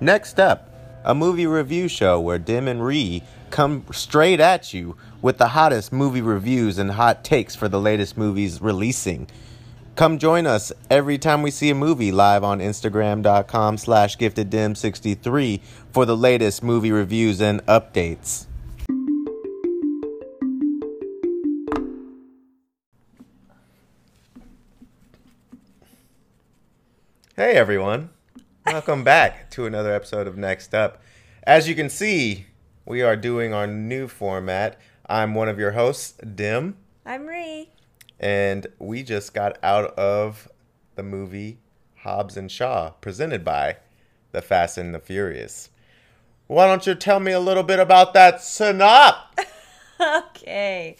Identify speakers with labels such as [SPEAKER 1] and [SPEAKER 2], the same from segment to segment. [SPEAKER 1] Next up, a movie review show where Dim and Ree come straight at you with the hottest movie reviews and hot takes for the latest movies releasing. Come join us every time we see a movie live on Instagram.com slash gifteddim63 for the latest movie reviews and updates. Hey everyone, welcome back to another episode of Next Up. As you can see, we are doing our new format. I'm one of your hosts, Dim,
[SPEAKER 2] I'm Ree.
[SPEAKER 1] and we just got out of the movie Hobbs and Shaw, presented by The Fast and the Furious. Why don't you tell me a little bit about that synop?
[SPEAKER 2] Okay.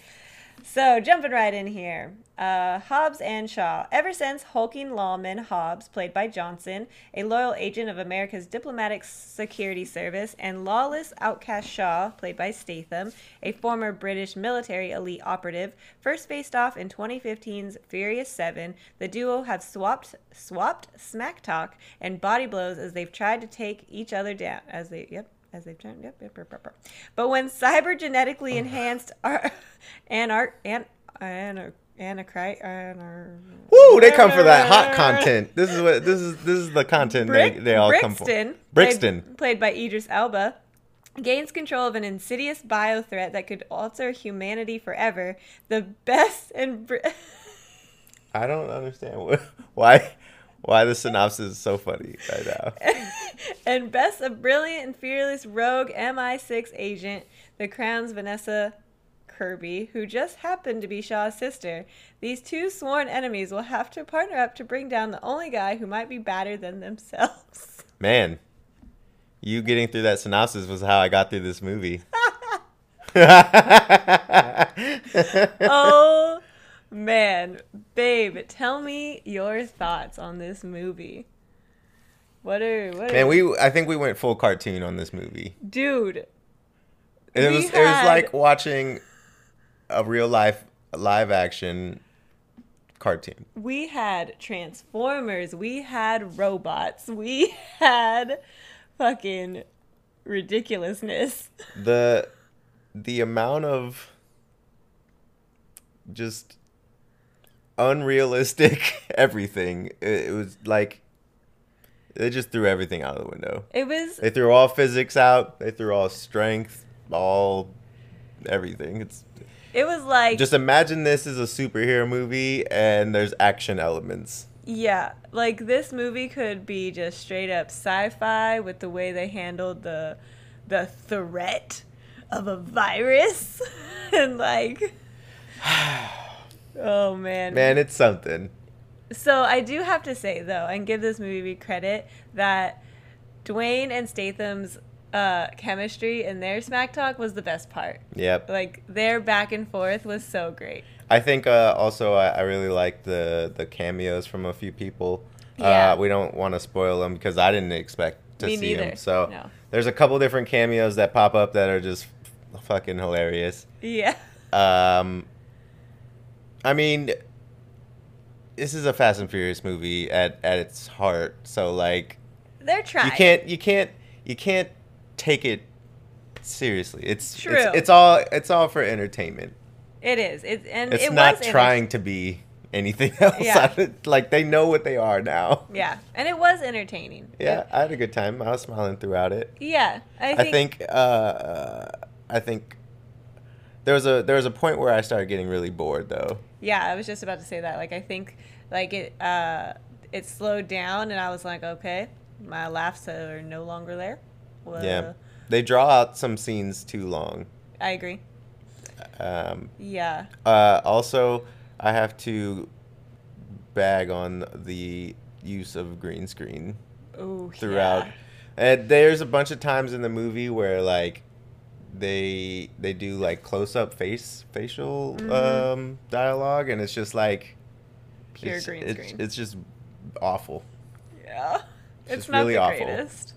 [SPEAKER 2] So, jumping right in here. Uh, Hobbs and Shaw. Ever since hulking lawman Hobbs, played by Johnson, a loyal agent of America's diplomatic security service, and lawless outcast Shaw, played by Statham, a former British military elite operative, first faced off in 2015's Furious 7, the duo have swapped swapped smack talk and body blows as they've tried to take each other down as they yep as they've turned. Yep, yep, yep, yep, yep. But when cyber
[SPEAKER 1] Oh,
[SPEAKER 2] genetically enhanced ar- anar- an- anar- anacry- anar-
[SPEAKER 1] Woo, they come for that hot content. This is what this is this is the content they,
[SPEAKER 2] Brick-
[SPEAKER 1] they all
[SPEAKER 2] Brixton,
[SPEAKER 1] come for.
[SPEAKER 2] played-
[SPEAKER 1] Brixton.
[SPEAKER 2] played, by Idris Elba, gains control of an insidious bio threat that could alter humanity forever. The best and br-
[SPEAKER 1] I don't understand wh- why why the synopsis is so funny right now.
[SPEAKER 2] and best a brilliant and fearless rogue MI6 agent, the Crown's Vanessa Kirby, who just happened to be Shaw's sister. These two sworn enemies will have to partner up to bring down the only guy who might be badder than themselves.
[SPEAKER 1] Man, you getting through that synopsis was how I got through this movie.
[SPEAKER 2] oh man, babe, tell me your thoughts on this movie. What are what are
[SPEAKER 1] Man, we I think we went full cartoon on this movie.
[SPEAKER 2] dude?
[SPEAKER 1] It
[SPEAKER 2] We
[SPEAKER 1] was it was
[SPEAKER 2] had-
[SPEAKER 1] like watching a real life live action cartoon.
[SPEAKER 2] we had Transformers, we had robots, we had fucking ridiculousness.
[SPEAKER 1] the the amount of just unrealistic everything it, it was like they just threw everything out of the window
[SPEAKER 2] It was
[SPEAKER 1] they threw all physics out they threw all strength all everything it's
[SPEAKER 2] it was like
[SPEAKER 1] just imagine this is a superhero movie and there's action elements
[SPEAKER 2] yeah, like this movie could be just straight up sci-fi with the way they handled the the threat of a virus and like Oh man.
[SPEAKER 1] man it's something
[SPEAKER 2] So I do have to say though, and give this movie credit that Dwayne and Statham's uh, chemistry and their smack talk was the best part.
[SPEAKER 1] yep
[SPEAKER 2] Like their back and forth was so great.
[SPEAKER 1] I think uh, also I, I really like the the cameos from a few people.
[SPEAKER 2] Yeah.
[SPEAKER 1] Uh, we don't want to spoil them because I didn't expect to
[SPEAKER 2] Me
[SPEAKER 1] see them.
[SPEAKER 2] neither.
[SPEAKER 1] So
[SPEAKER 2] No.
[SPEAKER 1] there's a couple different cameos that pop up that are just f- fucking hilarious.
[SPEAKER 2] Yeah,
[SPEAKER 1] Um, I mean, this is a Fast and Furious movie at at its heart. So like
[SPEAKER 2] they're trying.
[SPEAKER 1] you can't you can't you can't take it seriously. It's
[SPEAKER 2] True.
[SPEAKER 1] It's, it's all it's all for entertainment.
[SPEAKER 2] It is. It and
[SPEAKER 1] It's
[SPEAKER 2] it
[SPEAKER 1] not
[SPEAKER 2] was enter-
[SPEAKER 1] trying to be anything else.
[SPEAKER 2] Yeah.
[SPEAKER 1] like they know what they are now.
[SPEAKER 2] Yeah, and it was entertaining.
[SPEAKER 1] Yeah,
[SPEAKER 2] It-
[SPEAKER 1] I had a good time. I was smiling throughout it.
[SPEAKER 2] yeah, I
[SPEAKER 1] I
[SPEAKER 2] think.
[SPEAKER 1] think uh, I think there was a there was a point where I started getting really bored though.
[SPEAKER 2] Yeah, I was just about to say that. Like I think, like it uh, it slowed down, and I was like, okay, my laughs are no longer there. Well,
[SPEAKER 1] yeah, they draw out some scenes too long.
[SPEAKER 2] I agree.
[SPEAKER 1] Um,
[SPEAKER 2] Yeah.
[SPEAKER 1] uh, also, I have to bag on the use of green screen
[SPEAKER 2] Ooh,
[SPEAKER 1] throughout.
[SPEAKER 2] yeah.
[SPEAKER 1] And there's a bunch of times in the movie where like they they do like close up face facial
[SPEAKER 2] Mm-hmm.
[SPEAKER 1] um, dialogue, and it's just like
[SPEAKER 2] pure
[SPEAKER 1] it's,
[SPEAKER 2] green
[SPEAKER 1] it's-
[SPEAKER 2] screen.
[SPEAKER 1] It's just awful.
[SPEAKER 2] yeah, it's,
[SPEAKER 1] just
[SPEAKER 2] not
[SPEAKER 1] really
[SPEAKER 2] the
[SPEAKER 1] awful.
[SPEAKER 2] greatest.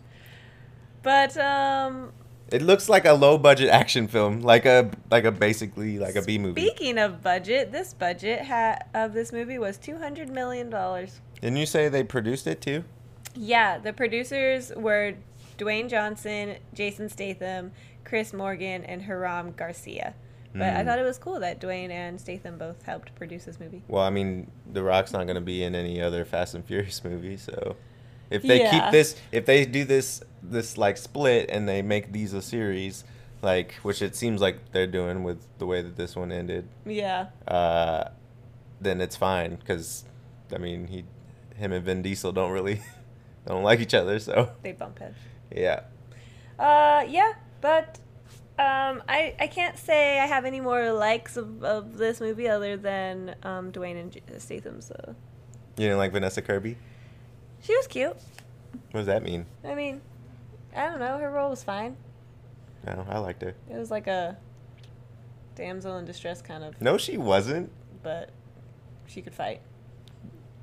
[SPEAKER 2] But um,
[SPEAKER 1] It looks like a low budget action film, like a like a basically like a B movie.
[SPEAKER 2] speaking of budget, this budget ha- of this movie was two hundred million dollars.
[SPEAKER 1] Didn't you say they produced it too?
[SPEAKER 2] Yeah, the producers were Dwayne Johnson, Jason Statham, Chris Morgan, and Haram Garcia. But
[SPEAKER 1] Mm.
[SPEAKER 2] I thought it was cool that Dwayne and Statham both helped produce this movie.
[SPEAKER 1] Well, I mean, The Rock's not going to be in any other Fast and Furious movie, so if they
[SPEAKER 2] Yeah.
[SPEAKER 1] keep this, if they do this, this like split and they make these a series, like which it seems like they're doing with the way that this one ended,
[SPEAKER 2] Yeah.
[SPEAKER 1] uh, then it's fine because, I mean, he, him and Vin Diesel don't really, don't like each other, so
[SPEAKER 2] They bump heads.
[SPEAKER 1] yeah.
[SPEAKER 2] Uh, yeah, but um, I I can't say I have any more likes of, of this movie other than um, Dwayne and J- Statham. So
[SPEAKER 1] You didn't like Vanessa Kirby?
[SPEAKER 2] she was cute.
[SPEAKER 1] What does that mean?
[SPEAKER 2] I mean, I don't know. Her role was fine.
[SPEAKER 1] No, I liked her.
[SPEAKER 2] It was like a damsel in distress kind of,
[SPEAKER 1] No, she wasn't.
[SPEAKER 2] but she could fight.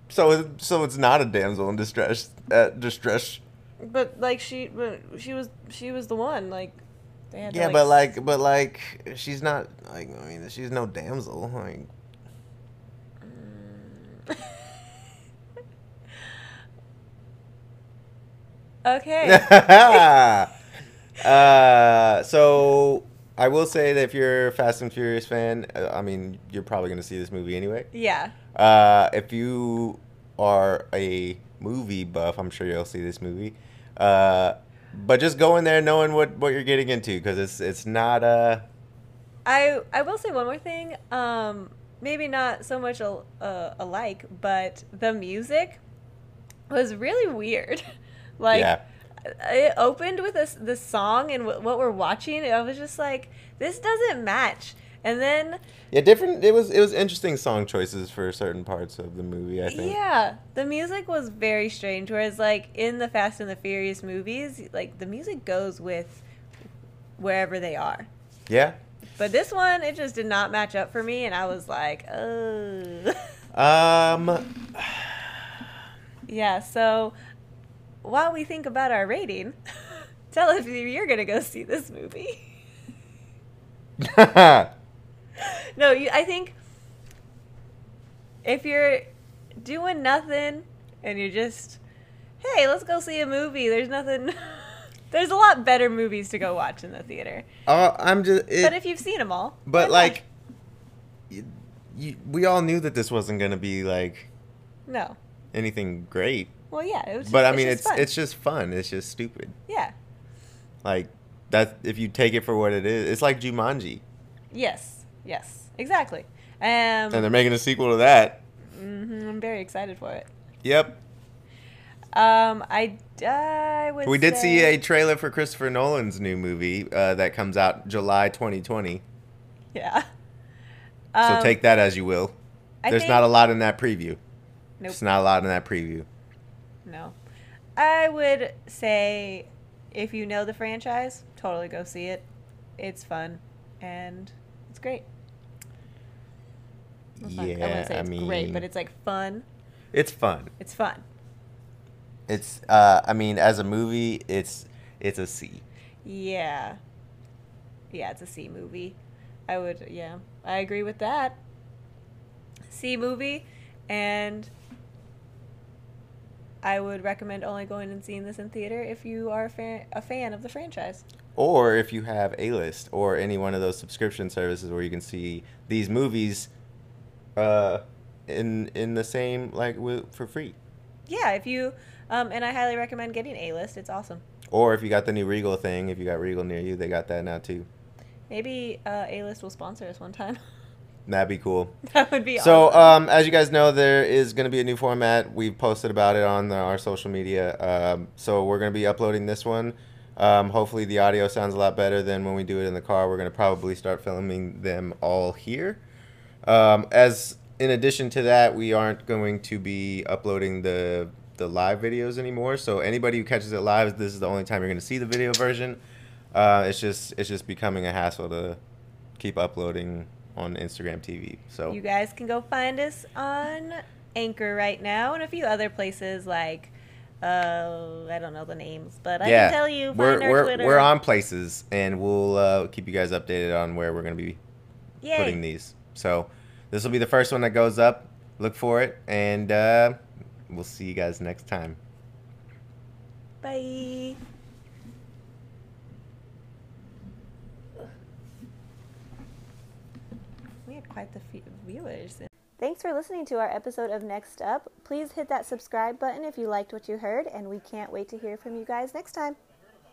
[SPEAKER 1] So, it- so it's not a damsel in distress. Uh, distress.
[SPEAKER 2] But like she, but she was she was the one. Like they had. to,
[SPEAKER 1] Yeah, but like, but like, she's not like. I mean, she's no damsel. Like,
[SPEAKER 2] okay.
[SPEAKER 1] uh, so I will say that if you're a Fast and Furious fan, uh, I mean, you're probably gonna see this movie anyway.
[SPEAKER 2] yeah.
[SPEAKER 1] Uh, if you are a movie buff, I'm sure you'll see this movie. Uh, but just go in there knowing what, what you're getting into because it's it's not a
[SPEAKER 2] I I will say one more thing. Um, maybe not so much a, uh, alike, but the music was really weird. like
[SPEAKER 1] Yeah.
[SPEAKER 2] it opened with this this song and w- what we're watching. and I was just like, this doesn't match. And then
[SPEAKER 1] yeah different. It was it was interesting song choices for certain parts of the movie. I think.
[SPEAKER 2] yeah, the music was very strange. Whereas like in the Fast and the Furious movies, like the music goes with wherever they are.
[SPEAKER 1] Yeah.
[SPEAKER 2] But this one, it just did not match up for me, and I was like, oh.
[SPEAKER 1] Um.
[SPEAKER 2] Yeah, so while we think about our rating, tell us if you're going to go see this movie.
[SPEAKER 1] Uh,
[SPEAKER 2] No, you, I think if you're doing nothing and you're just, hey, let's go see a movie, there's nothing, there's a lot better movies to go watch in the theater.
[SPEAKER 1] Uh, I'm just. It,
[SPEAKER 2] but if you've seen them all,
[SPEAKER 1] but
[SPEAKER 2] why
[SPEAKER 1] like, y you, we all knew that this wasn't gonna be like
[SPEAKER 2] not? no.
[SPEAKER 1] anything great.
[SPEAKER 2] Well, yeah, it was just,
[SPEAKER 1] But I mean, it's
[SPEAKER 2] just fun.
[SPEAKER 1] it's just fun. It's just stupid.
[SPEAKER 2] yeah,
[SPEAKER 1] Like that. If you take it for what it is, it's like Jumanji,
[SPEAKER 2] yes, yes, exactly. Um,
[SPEAKER 1] and they're making a sequel to that.
[SPEAKER 2] mhm, I'm very excited for it.
[SPEAKER 1] Yep.
[SPEAKER 2] Um, I I would.
[SPEAKER 1] We did see
[SPEAKER 2] say-
[SPEAKER 1] a trailer for Christopher Nolan's new movie uh, that comes out July 2020.
[SPEAKER 2] yeah.
[SPEAKER 1] So
[SPEAKER 2] Um,
[SPEAKER 1] take that as you will.
[SPEAKER 2] I
[SPEAKER 1] There's
[SPEAKER 2] think-
[SPEAKER 1] not a lot in that preview.
[SPEAKER 2] Nope.
[SPEAKER 1] It's not a lot in that preview.
[SPEAKER 2] No, I would say if you know the franchise, totally go see it. It's fun and it's great. It's not- I
[SPEAKER 1] yeah,
[SPEAKER 2] wouldn't
[SPEAKER 1] I,
[SPEAKER 2] say it's
[SPEAKER 1] mean,
[SPEAKER 2] great, but it's like fun.
[SPEAKER 1] it's fun.
[SPEAKER 2] It's fun.
[SPEAKER 1] It's uh I mean as a movie it's it's a C.
[SPEAKER 2] Yeah. Yeah, it's a C movie. I would, yeah, I agree with that. C movie, and I would recommend only going and seeing this in theater if you are a fan, a fan of the franchise.
[SPEAKER 1] Or if you have A List or any one of those subscription services where you can see these movies uh in in the same like wi- for free.
[SPEAKER 2] Yeah, if you, um, and I highly recommend getting A List. It's awesome.
[SPEAKER 1] Or if you got the new Regal thing, if you got Regal near you, they got that now too.
[SPEAKER 2] Maybe uh, A List will sponsor us one time.
[SPEAKER 1] That'd be cool.
[SPEAKER 2] that would be
[SPEAKER 1] So,
[SPEAKER 2] awesome.
[SPEAKER 1] um, as you guys know, there is going to be a new format. We've posted about it on the, our social media. Um, so, we're going to be uploading this one. Um, hopefully, the audio sounds a lot better than when we do it in the car. We're going to probably start filming them all here. Um, as in addition to that, we aren't going to be uploading the the live videos anymore. So anybody who catches it live, this is the only time you're going to see the video version. Uh, it's just it's just becoming a hassle to keep uploading on Instagram TV. So
[SPEAKER 2] You guys can go find us on Anchor right now and a few other places like uh I don't know the names, but I can tell you find
[SPEAKER 1] we're
[SPEAKER 2] our
[SPEAKER 1] we're
[SPEAKER 2] Twitter.
[SPEAKER 1] we're on places, and we'll uh, keep you guys updated on where we're going to be
[SPEAKER 2] Yay.
[SPEAKER 1] putting these. So this will be the first one that goes up. Look for it, and uh, we'll see you guys next time.
[SPEAKER 2] Bye.
[SPEAKER 3] quite the few viewers. Thanks for listening to our episode of Next Up. Please hit that subscribe button if you liked what you heard, and we can't wait to hear from you guys next time.